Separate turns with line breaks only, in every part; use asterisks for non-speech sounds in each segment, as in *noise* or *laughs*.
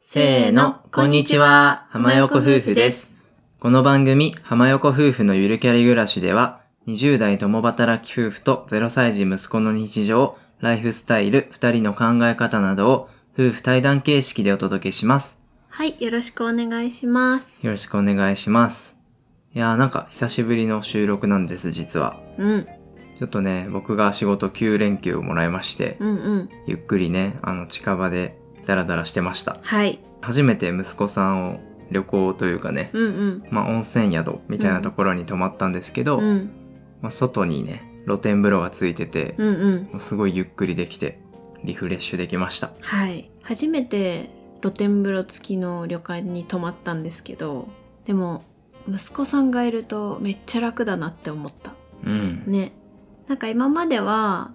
せーの、こんにちは、浜横夫婦です。この番組、浜横夫婦のゆるキャリ暮らしでは、20代共働き夫婦と0歳児息子の日常、ライフスタイル、2人の考え方などを、夫婦対談形式でお届けします。
はい、よろしくお願いします。
よろしくお願いします。いやーなんか久しぶりの収録なんです、実は。
うん、
ちょっとね、僕が仕事9連休をもらいまして、
うん、うん。
ゆっくりね、あの近場でダラダラしてました。
はい、
初めて息子さんを旅行というかね、
うん、うん。
まあ、温泉宿みたいなところに泊まったんですけど、
うん、
まあ、外にね露天風呂がついてて、
うん、うん。
もうすごいゆっくりできてリフレッシュできました
はい。初めて露天風呂付きの旅館に泊まったんですけど、でも、息子さんがいるとめっちゃ楽だなって思った。
うん
ね。なんか今までは、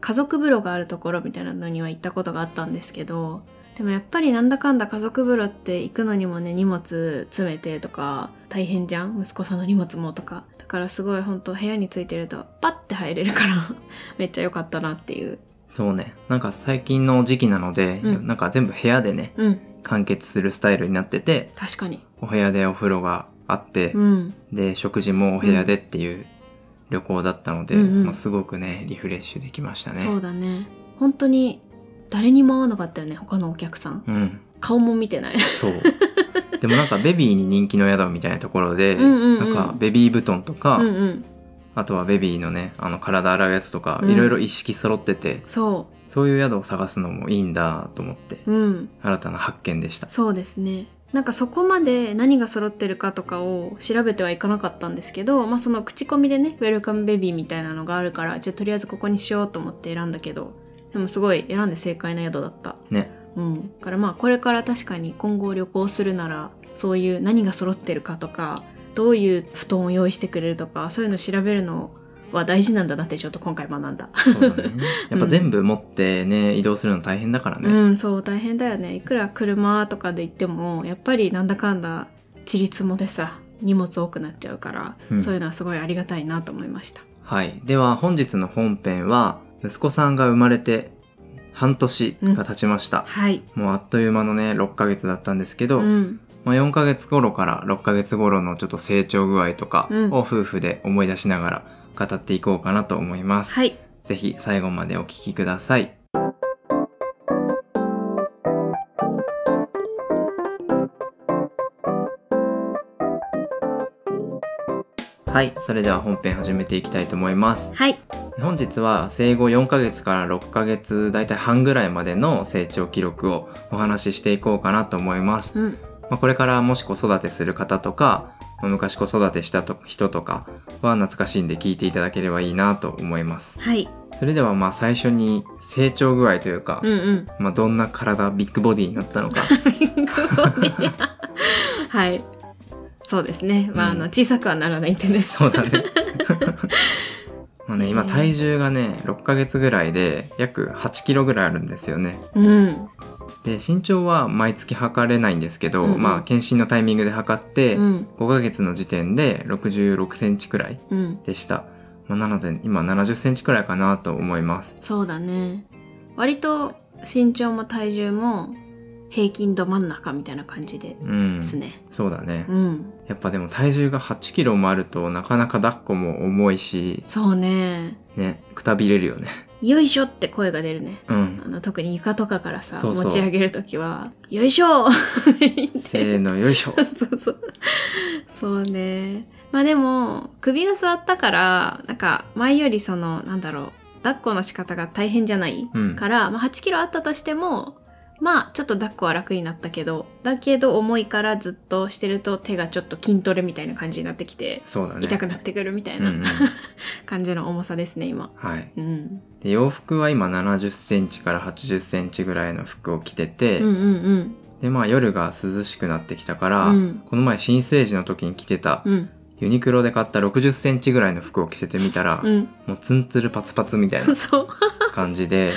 家族風呂があるところみたいなのには行ったことがあったんですけど、でもやっぱりなんだかんだ家族風呂って行くのにもね荷物詰めてとか大変じゃん息子さんの荷物もとかだからすごい本当部屋についてるとパッて入れるから *laughs* めっちゃ良かったなっていう
そうねなんか最近の時期なので、
うん
なんか全部部屋でね
うん
完結するスタイルになってて
確かに
お部屋でお風呂があって、
うん
で食事もお部屋でっていう旅行だったので、
うんうん
まあ、すごくねリフレッシュできましたね
そうだね本当に誰にも会わなかったよね他のお客さん
うん
顔も見てない *laughs*
そうでもなんかベビーに人気の宿みたいなところで、
うんうんうん
なんかベビー布団とか、
うんうん
あとはベビーのねあの体洗うやつとか、
うん
いろいろ一式揃ってて
そ
そういう宿を探すのもいいんだと思って
ううん
新たな発見でした
そうですねなんかそこまで何が揃ってるかとかを調べてはいかなかったんですけど、まあ、その口コミでねウェルカムベビーみたいなのがあるからじゃあとりあえずここにしようと思って選んだけどでもすごい選んで正解な宿だった
ね
うんだからまあこれから確かに今後旅行するならそういう何が揃ってるかとかどういう布団を用意してくれるとかそういうの調べるのは大事なんだなってちょっと今回学んだ、
そうだね *laughs* やっぱ全部持ってね移動するの大変だから
う
ね、
んそう大変だよねいくら車とかで行ってもやっぱりなんだかんだちりつもでさ荷物多くなっちゃうから、
うん
そういうのはすごいありがたいなと思いました
はいでは本日の本編は息子さんが生まれて半年が経ちました、
はい
もうあっという間のね6ヶ月だったんですけど、
うん
まあ、4ヶ月頃から6ヶ月頃のちょっと成長具合とか
うん
を夫婦で思い出しながら語っていこうかなと思います、
はい
ぜひ最後までお聞きくださいはいそれでは本編始めていきたいと思います
はい
本日は生後4ヶ月から6ヶ月だいたい半ぐらいまでの成長記録をお話ししていこうかなと思います
うん
まあ、これからもし子育てする方とか、まあ、昔子育てしたと人とかは懐かしいんで聞いていただければいいなと思います
はい
それではまあ最初に成長具合というか、
うんうん *laughs*
まあ、どんな体ビッグボディになったのか *laughs*
ビンゴではいそうですねまあ,、
うん
あの小さくはならないんでね
そうだね *laughs* まあね今
うん
体重がね6ヶ月ぐらいで約8キロぐらいあるんですよね
うん
で身長は毎月測れないんですけど、
うんうん
まあ検診のタイミングで測って、
うん
5ヶ月の時点で66センチくらい
うん
でした。まあ、なので今70センチくらいかなと思います。
そうだね割と身長も体重も平均ど真ん中みたいな感じで
うん。
すね
そうだね
う。ん
やっぱでも体重が8キロもあるとなかなか抱っこも重いし、
そうね
ね、くたびれるよね。
よいしょって声が出るね
うん。
あの特に床とかからさ
そうそう
持ち上げるときは「よいしょ! 」 *laughs*
せーのよいしょ。
そうそう。そうね。まあでも、首が座ったから、なんか前よりその、なんだろう、抱っこの仕方が大変じゃない、
うん
から、まあ8キロあったとしても、まあちょっと抱っこは楽になったけど、だけど重いからずっとしてると手がちょっと筋トレみたいな感じになってきて、
そうだね。
痛くなってくるみたい
うんう。
なん感じの重さですね、今。
はい。
うん。
で、洋服は今70センチから80センチぐらいの服を着てて、
うんうんうん。
で、まあ夜が涼しくなってきたから、
うん
この前新生児の時に着てた、
うん。
ユニクロで買った60センチぐらいの服を着せてみたら、
う。
もうツンツルパツパツみたいな
*laughs*
ん
そう。
感
*laughs*
じで、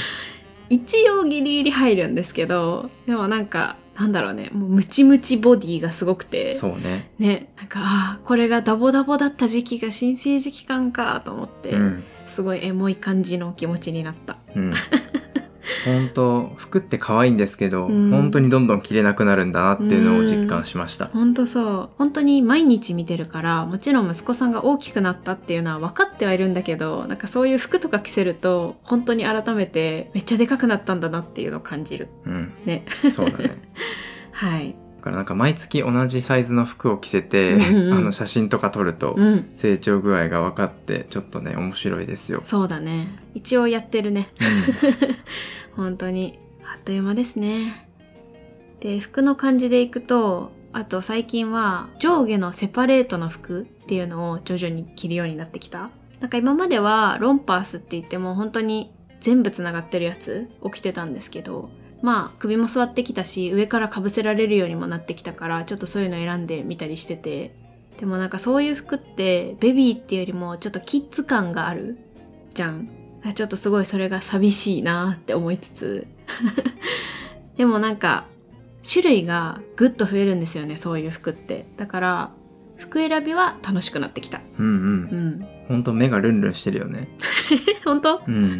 一応ギリギリ入るんですけどでもなんかなんだろうねもうムチムチボディがすごくて
そうね。
ねなんかあーこれがダボダボだった時期が新生児期間かと思って、
うん、
すごいエモい感じの気持ちになった
うん、本当服って可愛いんですけど、
うん
本当にどんどん着れなくなるんだなっていうのを実感しました、
本当そう本当に毎日見てるからもちろん息子さんが大きくなったっていうのは分かってはいるんだけどなんかそういう服とか着せると本当に改めてめっちゃでかくなったんだなっていうのを感じる
うん、
ね
そう
*laughs*
だね
はい
だからなんか毎月同じサイズの服を着せて、
うんうんうん
あの写真とか撮ると
うん
成長具合が分かってちょっとね面白いですよ。
そうだね一応やってるね
う
本当にあっという間ですねで服の感じでいくとあと最近は上下のセパレートの服っていうのを徐々に着るようになってきたなんか今まではロンパースって言っても本当に全部つながってるやつを着てたんですけどまあ首も座ってきたし上からかぶせられるようにもなってきたからちょっとそういうの選んでみたりしててでもなんかそういう服ってベビーっていうよりもちょっとキッズ感があるじゃんあちょっとすごいそれが寂しいなって思いつつ *laughs* でもなんか種類がぐっと増えるんですよねそういう服ってだから服選びは楽しくなってきた
んうんう
うんん
ほんと目がルンルンしてるよね。
本当 *laughs*
うん、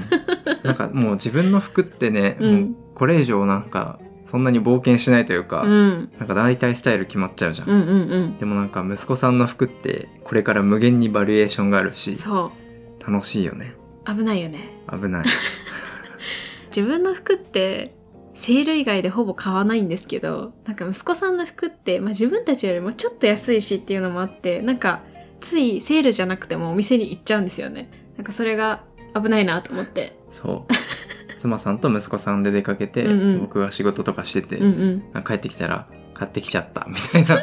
なんかもう自分の服ってね、
うん
もうこれ以上なんかそんなに冒険しないというか、
うん
なんか大体スタイル決まっちゃうじゃん。
うんうんうん
でもなんか息子さんの服ってこれから無限にバリエーションがあるし
そう
楽しいよね
危ないよね
危ない
自分の服ってセール以外でほぼ買わないんですけどなんか息子さんの服って、まあ、自分たちよりもちょっと安いしっていうのもあってなんかついセールじゃなくてもお店に行っちゃうんですよねなんかそれが危ないなと思って
そう *laughs* 妻さんと息子さんで出かけて
うんうん
僕が仕事とかしてて、
うんうん
なんか帰ってきたら買ってきちゃったみた
*laughs*
いな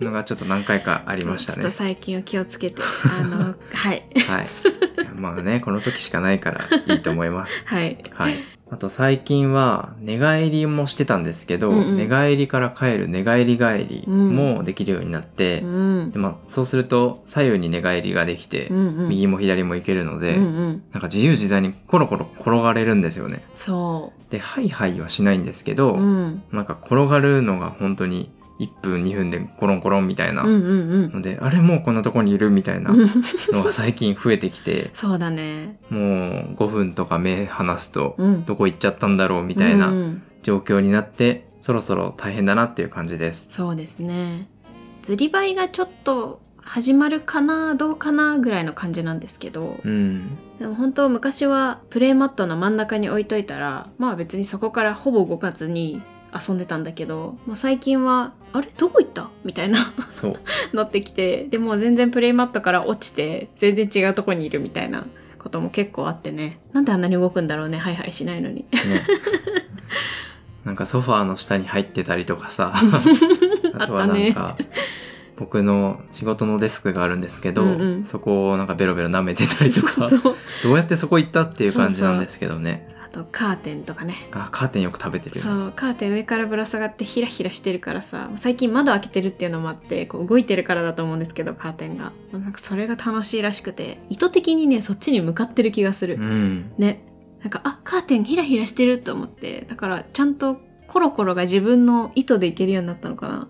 のがちょっと何回かありました
そうちょ
ね
っと最近は気をつけ
*laughs*
てあのはい
はいまあねこの時しかないからいいと思
*laughs*
います
はい
はいあと最近は寝返りもしてたんですけど、
うんうん
寝返りから帰る寝返り帰りもできるようになって、
うん
でまあ、そうすると左右に寝返りができて、
うんうん
右も左もいけるので、
うんうん
なんか自由自在にコロコロ転がれるんですよね。
そ
でハイハイはしないんですけど、
ううん
なんか転がるのが本当に1分2分でコロンコロンみたいな、
うんうんうん
のであれもうこんなとこにいるみたいな
うん
のが最近増えてきて
*laughs* そうだね
もう5分とか目離すと、
うん
どこ行っちゃったんだろうみたいな
うん
状況になって、そろそろ大変だなっていう感じです。
そうですねずりばいがちょっと始まるかなどうかなぐらいの感じなんですけど、 *laughs*
うん、
でも本当昔はプレイマットの真ん中に置いといたらまあ別にそこからほぼ動かずに遊んでたんだけどもう最近はあれどこ行ったみたいな
そう
なってきてでもう全然プレイマットから落ちて全然違うとこにいるみたいなことも結構あってねなんであんなに動くんだろうねハイハイしないのに
ね、 *laughs* なんかソファーの下に入ってたりと
*laughs*
かさあとはなんか、僕の仕事のデスクがあるんですけど、
うんうん
そこをなんかベロベロ舐めてたりと
*laughs*
か
そう
どうやってそこ行ったっていう感じなんですけどね
あとカーテンとかね
あカーテンよく食べてるよね
そうカーテン上からぶら下がってヒラヒラしてるからさ最近窓開けてるっていうのもあってこう動いてるからだと思うんですけどカーテンがなんかそれが楽しいらしくて意図的にねそっちに向かってる気がする、
うん
ねなんかあカーテンヒラヒラしてると思ってだからちゃんとコロコロが自分の意図でいけるようになったのかななん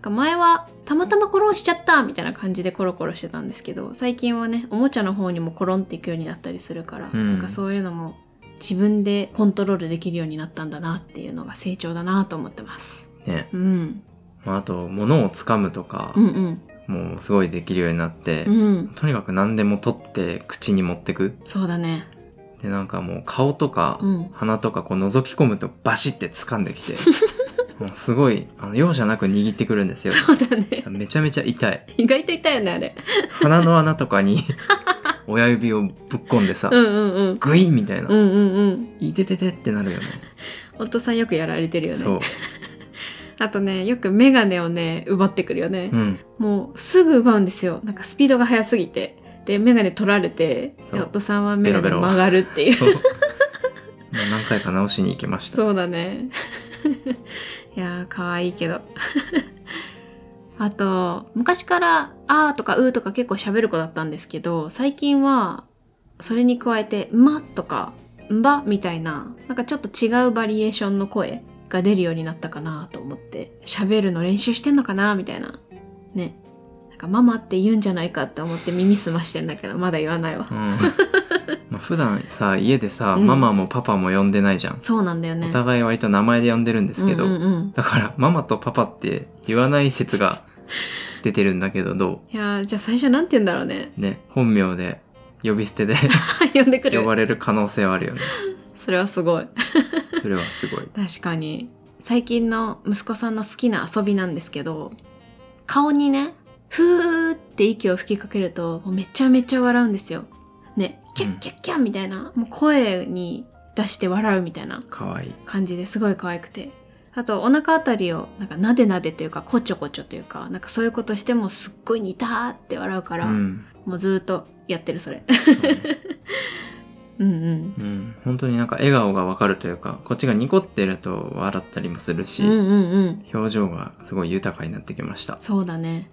か前はたまたまコロンしちゃったみたいな感じでコロコロしてたんですけど最近はねおもちゃの方にもコロンっていくようになったりするから、
うん
なんかそういうのも自分でコントロールできるようになったんだなっていうのが成長だなと思ってます、
ね
うん、
まあ、あと物をつかむとか
うんうん
もうすごいできるようになって、
うん
とにかく何でも取って口に持ってく
そうだね
でなんかもう顔とか、
うん
鼻とかこう覗き込むとバシッて掴んで
*laughs*
きてもうすごいあの容赦なく握ってくるんですよ
そうだね
めちゃめちゃ痛い
意外と痛いよねあれ
鼻の穴とかに
*laughs*
親指をぶっ込んでさ、
うんうんうん
グインみたいな、
うんうんうん
いてててってなるよね
お父さんよくやられてるよね
そう、
あとね、よくメガネをね、奪ってくるよね
う。ん、
もうすぐ奪うんですよ。なんかスピードが速すぎて。で、メガネ取られて、
そう
で夫さんはメガ
ベ
ネ
ロベロ
曲がるっていう。
そうもう何回か直しに行きました
そうだね。 *laughs* いやー、可愛いけど。 *laughs* あと、昔から、あーとかうーとか結構喋る子だったんですけど、最近は、それに加えて、まとか、んばみたいな、なんかちょっと違うバリエーションの声が出るようになったかなと思って、喋るの練習してんのかなみたいな。ね。なんかママって言うんじゃないかって思って耳澄ましてんだけど、まだ言わないわ
うん。まあ、普段さ家でさ、
うん
ママもパパも呼んでないじゃん、
そうなんだよね
お互い割と名前で呼んでるんですけど、
うんうんうん
だからママとパパって言わない説が出てるんだけどど
いやーじゃあ最初なんて言うんだろうね *laughs*
うね本名で呼び捨てで
呼んでくる
呼ばれる可能性はあるよね
それはすごい
それはすごい
確かに最近の息子さんの好きな遊びなんですけど顔にねふーって息を吹きかけるともうめちゃめちゃ笑うんですよねキャッキャッキャッみたいな、もう声に出して笑うみたいな
可愛い
感じですごい可愛くてあとお腹あたりをなんかなでなでというかこちょこちょというかなんかそういうことしてもすっごい似たーって笑うか
う
ら、
ん、
もうずーっとやってるそれうんうん
うんうん、本当になんか笑顔がわかるというかこっちがニコってると笑ったりもするし、
うんうんうん
表情がすごい豊かになってきました
そうだね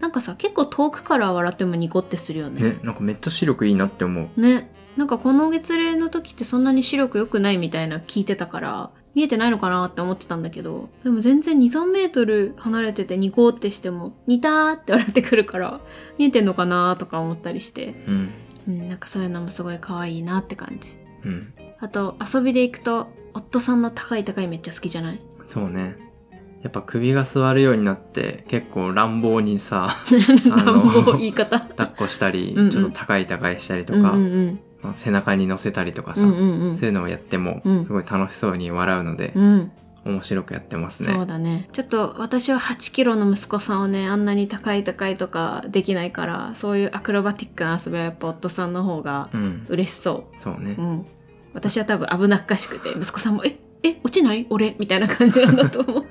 なんかさ結構遠くから笑ってもニコってするよね
ねなんかめっちゃ視力いいなって思う
ねなんかこの月齢の時ってそんなに視力良くないみたいな聞いてたから見えてないのかなって思ってたんだけどでも全然23メートル離れててニコってしても似たーって笑ってくるから見えてんのかなーとか思ったりして、
うん
うん、なんかそういうのもすごい可愛いなって感じ
うん
あと遊びで行くと夫さんの高い高いめっちゃ好きじゃない
そうねやっぱ首が座るようになって結構乱暴
*laughs*
にさ
乱暴言い
*laughs*
方
抱っこしたり
うんうん
ちょっと高い高いしたりと
うん
か、
うんうん
まあ背中に乗せたりとか
う
さ、
んうんうん
そういうのをやっても
うん
すごい楽しそうに笑うので、
うん
面白くやってます
そう
ね
だねちょっと私は8キロの息子さんをねあんなに高い高いとかできないからそういうアクロバティックな遊びはやっぱ夫さんの方が
うん
嬉しそ
そうね
う、うん、私は多分危なっかしくて息子さんも「ええ落ちない俺」みたいな感じなんだと思う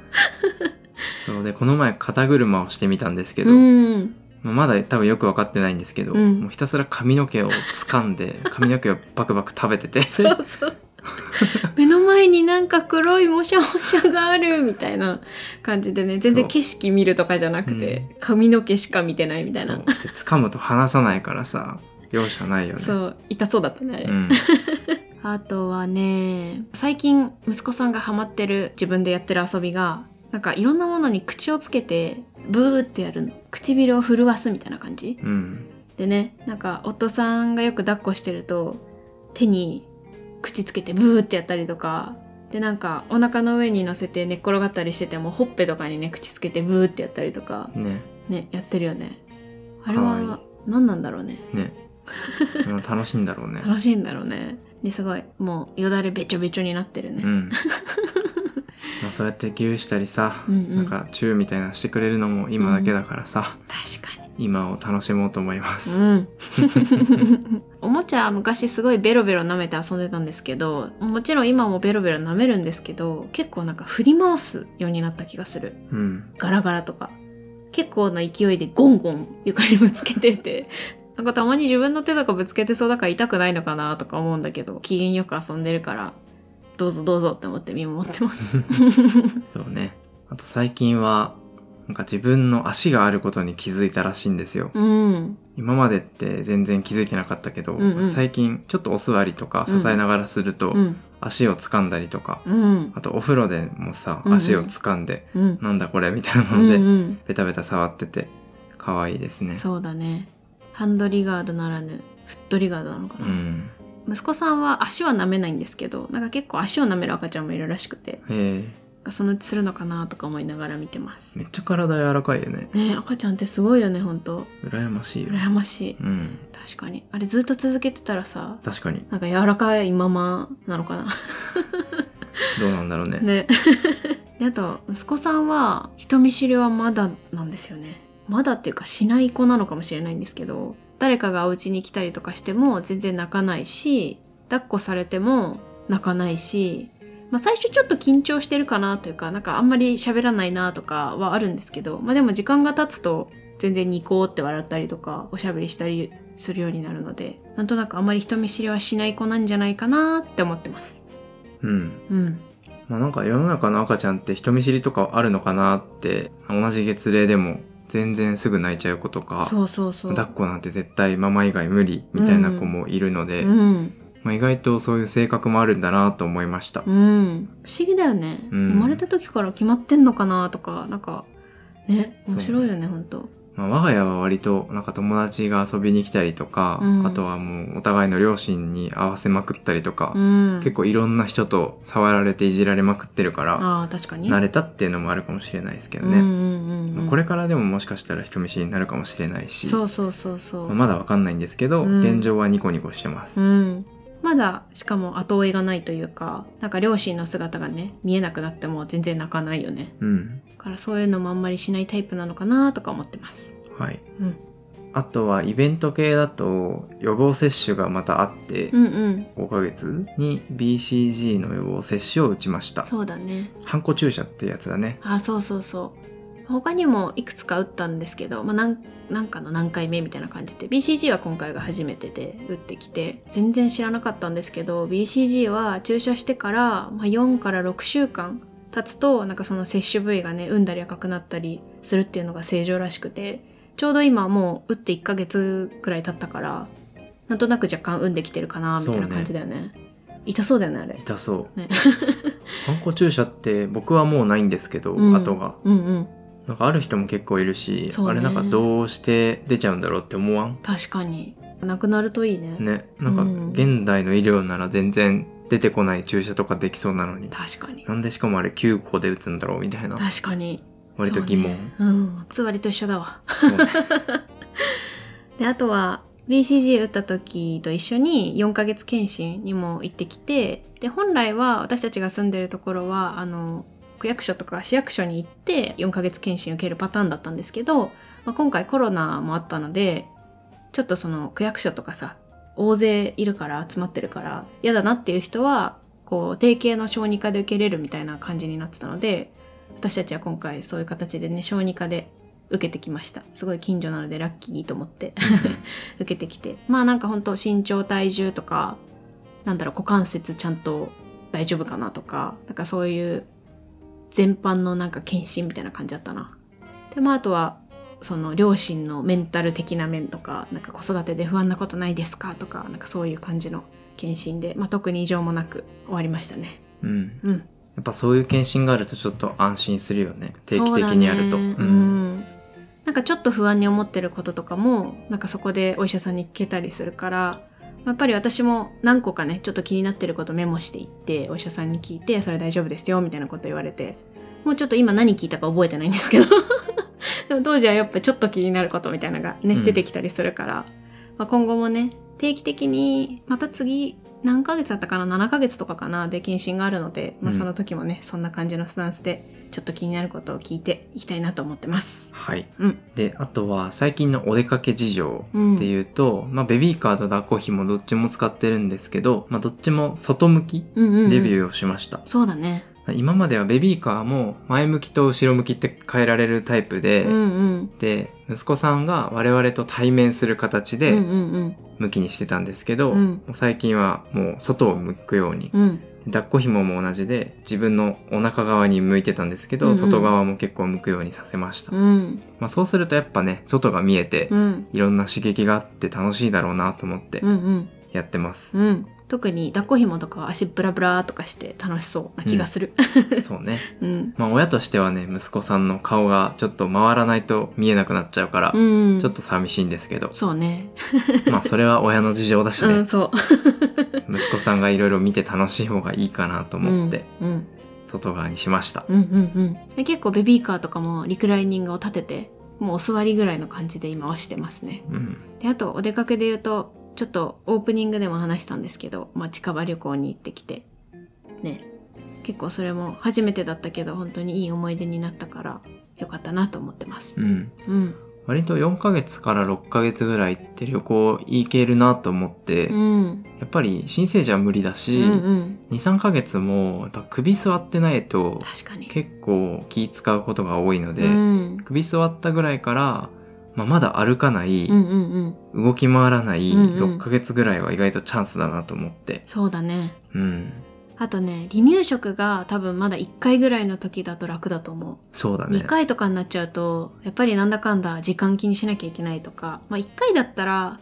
そうでこの前肩車をしてみたんですけど、
うん
まあまだ多分よく分かってないんですけど、
うん
もうひたすら髪の毛を掴
*laughs*
んで髪の毛をバクバク食べてて
そうそう目の前になんか黒いもしゃもしゃがあるみたいな感じでね全然景色見るとかじゃなくて、髪の毛しか見てないみたい
そう
な
で掴むと離さないからさ容赦ないよね
そう痛そうだったねあれ、
うん、
あとはね最近息子さんがハマってる自分でやってる遊びがなんかいろんなものに口をつけてブーってやるの唇を震わすみたいな感じ
うん、
でねなんか夫さんがよく抱っこしてると手に口つけてブーってやったりとかでなんかお腹の上に乗せて寝っ転がったりしててもほっぺとかにね口つけてブーってやったりとか
ね
ねやってるよねあれ
かわ
は何なんだろうね
ねうん楽しいんだろうね
楽しいんだろうねですごいもうよだれべちょべちょになってるね、
うんまあそうやって牛したりさ、
うんうん
なんかチューみたいなのしてくれるのも今だけだからさ、
確かに
今を楽しもうと思います、
うん、おもちゃは昔すごいベロベロ舐めて遊んでたんですけどもちろん今もベロベロ舐めるんですけど結構なんか振り回すようになった気がする
うん
ガラガラとか結構な勢いでゴンゴン床にぶつけててなんかたまに自分の手とかぶつけてそうだから痛くないのかなとか思うんだけど機嫌よく遊んでるからどうぞどうぞって思って見守ってます。
そうねあと最近はなんか自分の足があることに気づいたらしいんですよ
うん、
今までって全然気づいてなかったけど、
うんうん
最近ちょっとお座りとか支えながらすると、
うん、
足を掴んだりとか
うん、
あとお風呂でもさ
うんうん
足を掴んで、
うん、
なんだこれみたいな
う
ので、
ん、
ベタベタ触ってて可愛いですね
そうだねハンドリガードならぬフットリガードなのかな、
ん
息子さんは足は舐めないんですけどなんか結構足を舐める赤ちゃんもいるらしくて
えー、
そのうちするのかなとか思いながら見てます
め
ね
っちゃ体柔らかいよね
え赤ちゃんってすごいよね本当
羨ましいよ、
羨ましい
うん
確かにあれずっと続けてたらさ
確かに
なんか柔らかいままなのかな
どうなんだろうね
ね *laughs* であと息子さんは人見知りはまだなんですよねまだっていうかしない子なのかもしれないんですけど誰かがお家に来たりとかしても全然泣かないし抱っこされても泣かないし、まあ、最初ちょっと緊張してるかなというかなんかあんまり喋らないなとかはあるんですけど、まあ、でも時間が経つと全然ニコって笑ったりとかおしゃべりしたりするようになるのでなんとなくあんまり人見知りはしない子なんじゃないかなって思ってます。
うん
うん、
まあなんか世の中の赤ちゃんって人見知りとかあるのかなって同じ月齢でも全然すぐ泣いちゃう子とか
そうそうそう。
抱っこなんて絶対ママ以外無理みたいな子もいるので、
うん
まあ、意外とそういう性格もあるんだなと思いました、
うん、不思議だよね、
うん
生まれた時から決まってんのかなとかなんかね面白いよね本当
まあ、我が家は割となんか友達が遊びに来たりとか、
うん
あとはもうお互いの両親に合わせまくったりとか、
うん、
結構いろんな人と触られていじられまくってるから
ああ確かに
慣れたっていうのもあるかもしれないですけど
うんう
ね、
んうんうん
これからでももしかしたら人見知りになるかもしれないし、
そうそうそうそう、
まあまだわかんないんですけど、
うん
現状はニコニコしてます、
うん、まだしかも後追いがないというかなんか両親の姿がね見えなくなっても全然泣かないよね
うん
だからそういうのもあんまりしないタイプなのかなとか思ってます
はい
うん
あとはイベント系だと予防接種がまたあって、
うんうん
5ヶ月に BCG の予防接種を打ちました
そうだね
ハンコ注射ってやつだね
あそうそうそう他にもいくつか打ったんですけど、まあ、なんなんかの何回目みたいな感じで BCG は今回が初めてで打ってきて全然知らなかったんですけど BCG は注射してから、まあ、4から6週間経つとなんかその接種部位がね産んだり赤くなったりするっていうのが正常らしくてちょうど今もう打って1ヶ月くらい経ったからなんとなく若干産んできてるかなみたいな感じだよね痛そうだよねあれ
痛そう、
ね
*laughs* ハンコ注射って僕はもうないんですけど、
うん
後が
うんうん
なんかある人も結構いるし、
そうね
あれなんかどうして出ちゃうんだろうって思わん
確かになくなるといいね
ねなんか
うん
現代の医療なら全然出てこない注射とかできそうなのに
確かに
なんでしかもあれ9個で打つんだろうみたいな
確かに
割と疑問
そうねうんつわりと一緒だわ
そうね
であとは BCG 打った時と一緒に4ヶ月検診にも行ってきてで本来は私たちが住んでるところはあの区役所とか市役所に行って4ヶ月検診受けるパターンだったんですけど、まあ、今回コロナもあったのでちょっとその区役所とかさ大勢いるから集まってるから嫌だなっていう人はこう定型の小児科で受けれるみたいな感じになってたので私たちは今回そういう形でね小児科で受けてきましたすごい近所なのでラッキーと思って *laughs* 受けてきてまあなんか本当身長体重とかなんだろう股関節ちゃんと大丈夫かなとかなんかそういう全般のなんか検診みたいな感じだったな。でまああとはその両親のメンタル的な面とかなんか子育てで不安なことないですかとかなんかそういう感じの検診で、まあ、特に異常もなく終わりましたね。
うん
うん、
やっぱそういう検診があるとちょっと安心するよね定期的にやる
そう
と
だねう
うん
んなんかちょっと不安に思ってることとかもなんかそこでお医者さんに聞けたりするからやっぱり私も何個かねちょっと気になってることメモしていってお医者さんに聞いてそれ大丈夫ですよみたいなこと言われてもうちょっと今何聞いたか覚えてないんですけど *laughs* でも当時はやっぱちょっと気になることみたいなのがね、
うん
出てきたりするから、まあ、今後もね定期的にまた次何ヶ月だったかな7ヶ月とかかなで検診があるので、まあ、
うん
その時もね、そんな感じのスタンスでちょっと気になることを聞いていきたいなと思ってます。
はい、
うん
であとは最近のお出かけ事情
うん
っていうと、まあ、ベビーカーと抱っこひもどっちも使ってるんですけど、まあ、どっちも外向き
うんうんうん
デビューをしました、
そうだね。
今まではベビーカーも前向きと後ろ向きって変えられるタイプで、
うんうん。
で息子さんが我々と対面する形で
うんうんうん
向きにしてたんですけど、
うん
もう最近はもう外を向くように、
うん
抱っこ紐も同じで自分のお腹側に向いてたんですけど、
うんうん
外側も結構向くようにさせました、
うん
まあ、そうするとやっぱね外が見えて、
うん
いろんな刺激があって楽しいだろうなと思って
うんうん
やってます、
うん。特に抱っこ紐とかは足ブラブラとかして楽しそうな気がする。
そうね
うん。
まあ親としてはね息子さんの顔がちょっと回らないと見えなくなっちゃうから、
うん。
ちょっと寂しいんですけど
そうね。
まあそれは親の事情だし
うん
ね、
そう。
息子さんがいろいろ見て楽しい方がいいかなと思って
うん。うん
外側にしました、
うんうんうんで結構ベビーカーとかもリクライニングを立ててもうお座りぐらいの感じで今はしてますね
うん、
であとお出かけで言うとちょっとオープニングでも話したんですけど、まあ、近場旅行に行ってきてね結構それも初めてだったけど本当にいい思い出になったからよかったなと思ってます
うん
うん
割と4ヶ月から6ヶ月ぐらいって旅行行けるなと思って、
う
や
ん
っぱり新生児は無理だ
うんう
し、
ん
23ヶ月もやっぱ首座ってないと
確かに
結構気使うことが多いので、
うん
首座ったぐらいから、まあ、まだ歩かない、
うんうんうん
動き回らない
うんうん
6ヶ月ぐらいは意外とチャンスだなと思って、
そうだね
うん、
あとね離乳食が多分まだ1回ぐらいの時だと楽だと思う
そうだね
2回とかになっちゃうとやっぱりなんだかんだ時間気にしなきゃいけないとか、まあ、1回だったら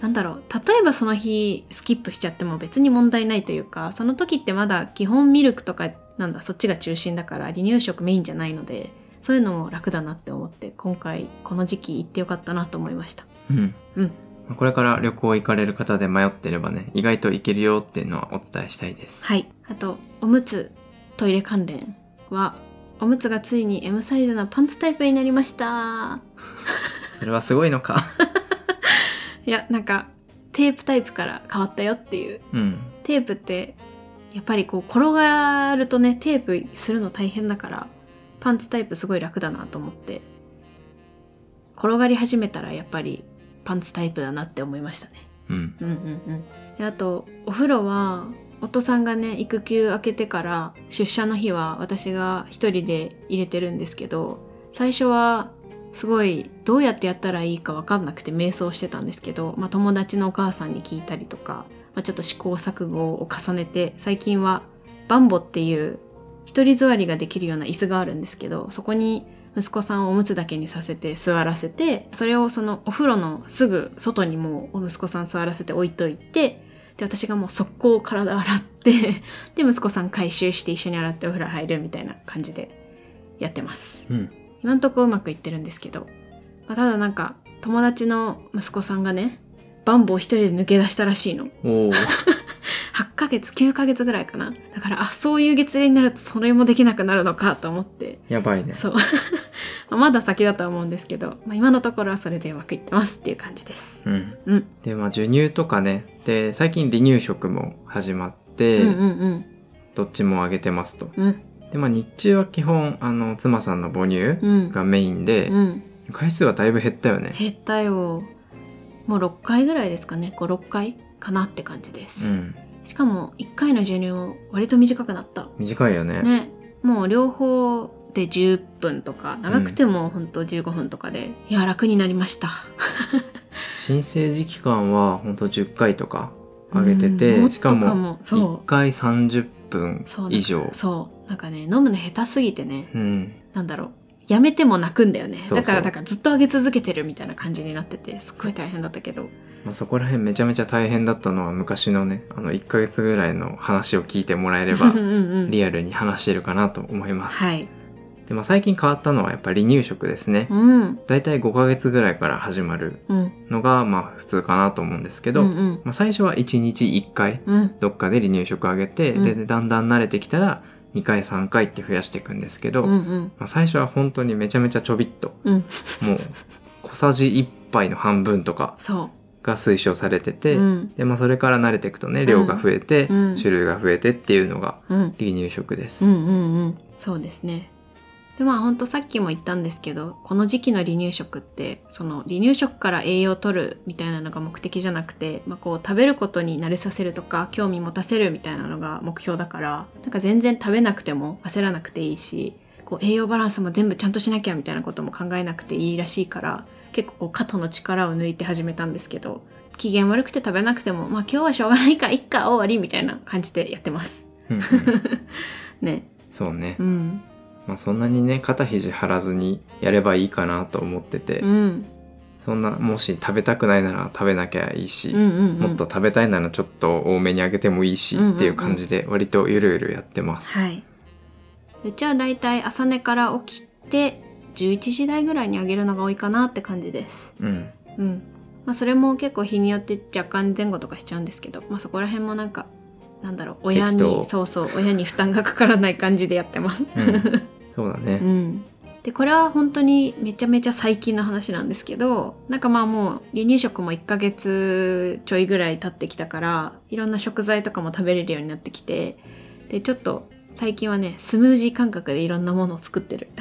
なんだろう例えばその日スキップしちゃっても別に問題ないというかその時ってまだ基本ミルクとかなんだそっちが中心だから離乳食メインじゃないのでそういうのも楽だなって思って今回この時期行ってよかったなと思いました
うん。
うん
これから旅行行かれる方で迷ってればね、意外と行けるよっていうのはお伝えしたいです。
はいあとおむつトイレ関連はおむつがついに M サイズのパンツタイプになりました
それはすごい
*laughs*
のか。
いやなんかテープタイプから変わったよっていう
うん。
テープってやっぱりこう転がるとねテープするの大変だからパンツタイプすごい楽だなと思って転がり始めたらやっぱりパンツタイプだなって思いましたね
うん。
うんうんうんであとお風呂は夫さんがね育休明けてから出社の日は私が一人で入れてるんですけど最初はすごいどうやってやったらいいか分かんなくて迷走してたんですけど、まあ、友達のお母さんに聞いたりとか、まあ、ちょっと試行錯誤を重ねて最近はバンボっていう一人座りができるような椅子があるんですけどそこに息子さんをおむつだけにさせて座らせてそれをそのお風呂のすぐ外にもうお息子さん座らせて置いといてで私がもう速攻体洗って *laughs* で息子さん回収して一緒に洗ってお風呂入るみたいな感じでやってます
うん。
今んとこうまくいってるんですけど、まあ、ただなんか友達の息子さんがねバンボを一人で抜け出したらしいの
おお。
8ヶ月9ヶ月ぐらいかなだからあそういう月齢になるとそれもできなくなるのかと思って
やばい
*laughs*
ね。
そうまあまだ先だとは思うんですけど、まあ、今のところはそれでうまくいってますっていう感じです、
うん。
うん
で、まあ、授乳とかね。で、最近離乳食も始まって、
うんうん
どっちもあげてますと。
うん
で、まあ、日中は基本、あの、妻さんの母乳
うん
がメインで、
うん
回数はだいぶ減ったよね。
減ったよもう6回ぐらいですかね56回かなって感じで
う
す、
ん。
しかも1回の授乳も割と短くなった
短いよね。
ねもう両方で10分とか長くても本当15分とかで、いや楽になりました
申請時期間はほんと10回とか上げてて、
うんもっ
し
と
か
かも
も
そう
1回30分
そう
以上
そうなんかね飲むの下手すぎてね
うん
なんだろうやめても泣くんだよね
そうそう
だからだからずっと上げ続けてるみたいな感じになっててすっごい大変だったけど
まあ、そこら辺めちゃめちゃ大変だったのは昔のねあの1ヶ月ぐらいの話を聞いても
*laughs*
らえれば
うんうんうん
リアルに話してるかなと思います、
はい
でまあ、最近変わったのはやっぱ離乳食ですね
うん
だいたい5ヶ月ぐらいから始まる
うん
のがまあ普通かなと思うんですけど、
うんうん
まあ、最初は1日1回
うん
どっかで離乳食あげて、
うん
でだんだん慣れてきたら2回3回って増やしていくんですけど、
うんうん
まあ、最初は本当にめちゃめちゃちょびっと
うん
もう小さじ1杯の半分とか
そ
が推奨されて
う
て、
うん
でまあ、それから慣れていくとね量が増えて、
うん
種類が増えてっていうのが
うん
離乳食です。
うんうんうんそうですねでまあほんとさっきも言ったんですけどこの時期の離乳食ってその離乳食から栄養を取るみたいなのが目的じゃなくて、まあ、こう食べることに慣れさせるとか興味持たせるみたいなのが目標だからなんか全然食べなくても焦らなくていいしこう栄養バランスも全部ちゃんとしなきゃみたいなことも考えなくていいらしいから結構こう肩の力を抜いて始めたんですけど機嫌悪くて食べなくてもまあ今日はしょうがないかいっか終わりみたいな感じでやってます。
うんうん
ね
そうね、
うん
まあ、そんなにね肩肘張らずにやればいいかなと思ってて、
うん
そんなもし食べたくないなら食べなきゃいいし、
うんうんうん、
もっと食べたいならちょっと多めにあげてもいいし
うんうんうん
っていう感じで割とゆるゆるやっ
*laughs*
てます。
はい、うちはだいたい朝寝から起きて11時台ぐらいにあげるのが多いかなって感じです
うん、
うんまあそれも結構日によって若干前後とかしちゃうんですけど、まあ、そこら辺もなんかなんだろう親
適当
にそうそう親に負担がかからない感じでやってます
うんそうだね、
うん、でこれは本当にめちゃめちゃ最近の話なんですけどなんかまあもう離乳食も1ヶ月ちょいぐらい経ってきたからいろんな食材とかも食べれるようになってきてでちょっと最近はねスムージー感覚でいろんなものを作ってる *laughs*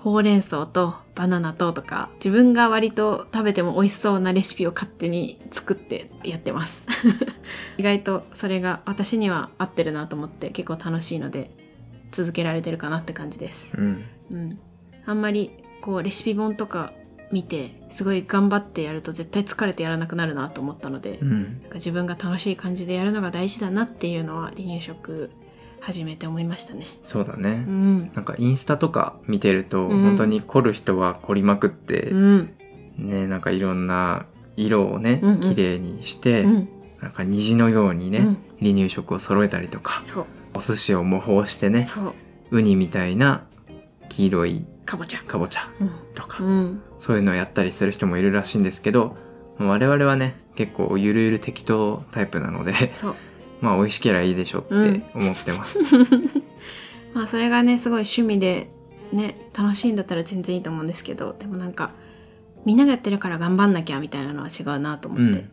ほうれん草とバナナととか自分が割と食べても美味しそうなレシピを勝手に作ってやってます *laughs* 意外とそれが私には合ってるなと思って結構楽しいので続けられてるかなって感じです
うん
うん、あんまりこうレシピ本とか見てすごい頑張ってやると絶対疲れてやらなくなるなと思ったので、
う
なん
ん、
か自分が楽しい感じでやるのが大事だなっていうのは離乳食始めて思いましたね。
そうだね、
うん、
なんかインスタとか見てると、
ん
本当に凝る人は凝りまくって、
うん、
ねなんかいろんな色をね
うんうん
綺麗にして、
うん、
なんか虹のようにね、
うん
離乳食を揃えたりとか
そう、
お寿司を模倣してね
そう、
ウニみたいな黄色い
かぼちゃ
かぼちゃ
う
とか、
ん、うん、
そういうのをやったりする人もいるらしいんですけど我々はね結構ゆるゆる適当タイプなので *laughs*
そう
まあ美味しけりゃいいでしょって思ってます、
まあそれがねすごい趣味でね楽しいんだったら全然いいと思うんですけどでもなんかみんながやってるから頑張んなきゃみたいなのは違うなと思
うん
って、うん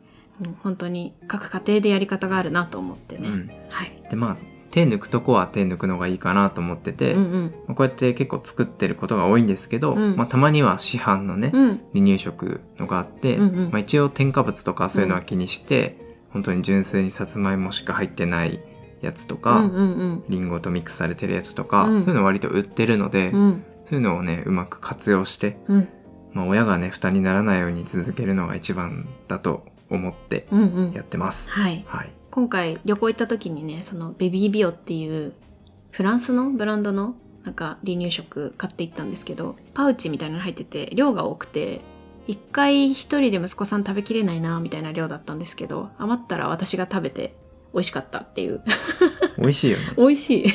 本当に各家庭でやり方があるなと思ってね、
うん
はい、
でまあ手抜くとこは手抜くのがいいかなと思ってて、
うん
まあこうやって結構作ってることが多いんですけど、
うん
まあ、たまには市販のね、
うんうん
離乳食のがあって、
うんうん
まあ、一応添加物とかそういうのは気にして、本当に純粋にさつまいもしか入ってないやつとか、
うんうん
リンゴとミックスされてるやつとか、
うん
そういうの割と売ってるので、
うんうん
そういうのをねうまく活用して、
うん
まあ、親がね負担にならないように続けるのが一番だと思って
うんうん
やってます。
はい
はい、
今回旅行行った時にねそのベビービオっていうフランスのブランドのなんか離乳食買って行ったんですけどパウチみたいなの入ってて量が多くて一回一人で息子さん食べきれないなみたいな量だったんですけど余ったら私が食べて美味しかったっていう
美味しいよね。
美味しい *laughs*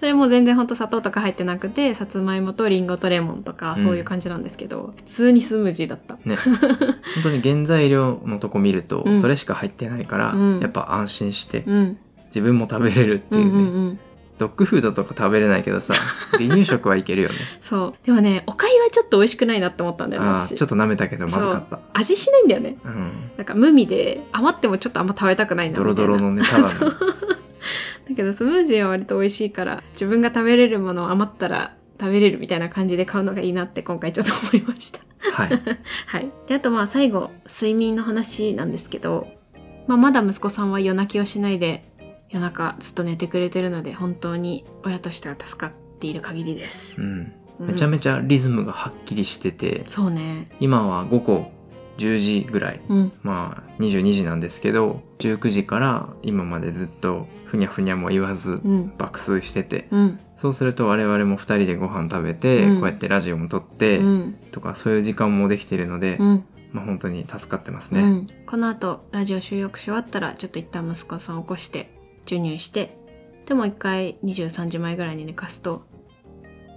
それも全然ほんと砂糖とか入ってなくてさつまいもとリンゴとレモンとかそういう感じなんですけど、普通にスムージーだった *laughs*
ね、本当に原材料のとこ見ると
うん
それしか入ってないから、
うん
やっぱ安心して
うん
自分も食べれるって
う
い
ん
うね、
うんうん
ドッグフードとか食べれないけ
*laughs*
どさ離乳食はいけるよね
そうでもねおかゆはちょっと美味しくないなって思ったんだよね
ああ
私
ちょっと舐めたけどまずかった
味しないんだよね
う、ん、
なんか無味で余ってもちょっとあんま食べたくないな
ド
みたい
ロ
な
ドロのねただの
だけどスムージーは割と美味しいから自分が食べれるものを余ったら食べれるみたいな感じで買うのがいいなって今回ちょっと思いました *laughs*
はい
はいであとまあ最後睡眠の話なんですけど、まあ、まだ息子さんは夜泣きをしないで夜中ずっと寝てくれてるので本当に親としては助かっている限りです、
うん、
うん
めちゃめちゃリズムがはっきりしてて
そうね
今は午後10時ぐらい
うん
まあ22時なんですけど19時から今までずっとふにゃふにゃも言わず
うん
爆睡してて
うん
そうすると我々も2人でご飯食べて、
うん
こうやってラジオも撮って、
うん
とかそういう時間もできてるので、
うん
まあ本当に助かってます
う
ね。
ん、この後ラジオ収録し終わったらちょっと一旦息子さんを起こして授乳してでもう一回23時前ぐらいに寝かすと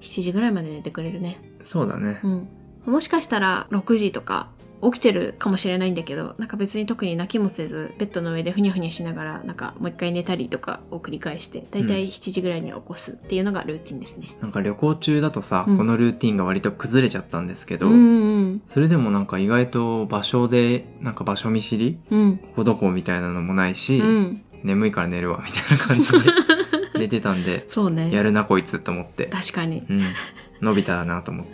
7時ぐらいまで寝てくれるね、
そうだね
う。ん、もしかしたら6時とか起きてるかもしれないんだけどなんか別に特に泣きもせずベッドの上でふにゃふにゃしながらなんかもう一回寝たりとかを繰り返してだいたい7時ぐらいに起こすっていうのがルーティンですね。
なんか旅行中だとさ、
うん
このルーティンが割と崩れちゃったんですけど、
うんうん
それでもなんか意外と場所でなんか場所見知り
うん
ここどこみたいなのもないし、
うん、
眠いから寝るわみたいな感
*laughs*
じで寝てたんで
そう
や
ね
るなこいつと思って、
確かに
うん、伸びたなと思って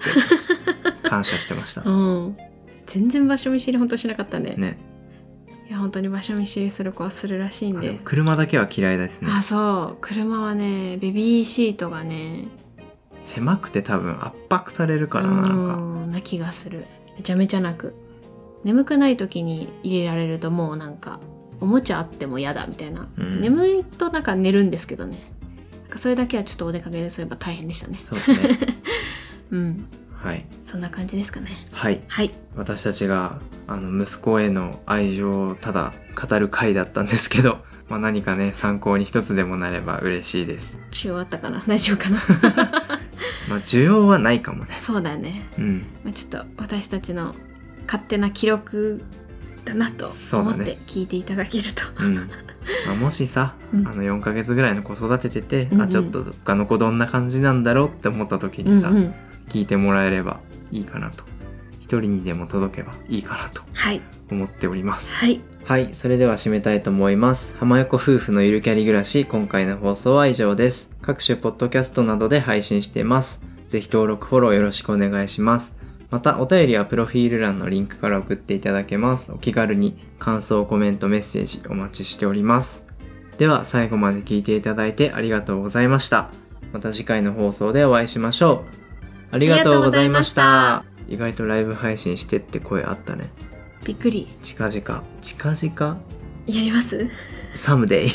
感謝してました
う。ん全然場所見知りほんとしなかったね
ね、
いや本当に場所見知りする子はするらしいん
あ
で
でも車だけは嫌いですね
あそう車はねベビーシートがね
狭くて多分圧迫されるからななんか
うんな気がするめちゃめちゃなく眠くない時に入れられるともうなんかおもちゃあっても嫌だみたいな、
うん
眠いとなんか寝るんですけどねなんかそれだけはちょっとお出かけですれば大変でしたね
そうですね
*laughs* うん
はい
そんな感じですかね
はい
はい
私たちがあの息子への愛情をただ語る回だったんですけど、まあ、何かね参考に一つでもなれば嬉しいです
需要あったかな *laughs* 大丈夫かな
まあ需要はないかもね
そうだね、
うん
まあ、ちょっと私たちの勝手な記録だなと
そう
思
だ
っ
ね
て聞いていただけると
うん、まあ、もしさ、
うん
あの4ヶ月ぐらいの子育ててて、
うんう
あ
ん
ちょっと他の子どんな感じなんだろうって思った時にさ、
うんうん
聞いてもらえればいいかなと一人にでも届けばいいかなと
はい
思っております
はい
はい、それでは締めたいと思います。浜横夫婦のゆるキャリ暮らし、今回の放送は以上です。各種ポッドキャストなどで配信しています。ぜひ登録、フォローよろしくお願いします。また、お便りはプロフィール欄のリンクから送っていただけます。お気軽に感想、コメント、メッセージお待ちしております。では、最後まで聞いていただいてありがとうございました。また次回の放送でお会いしましょう。ありがとうございました。意外とライブ配信してって声あったね。
びっくり
近々、近々
やります
サムデイ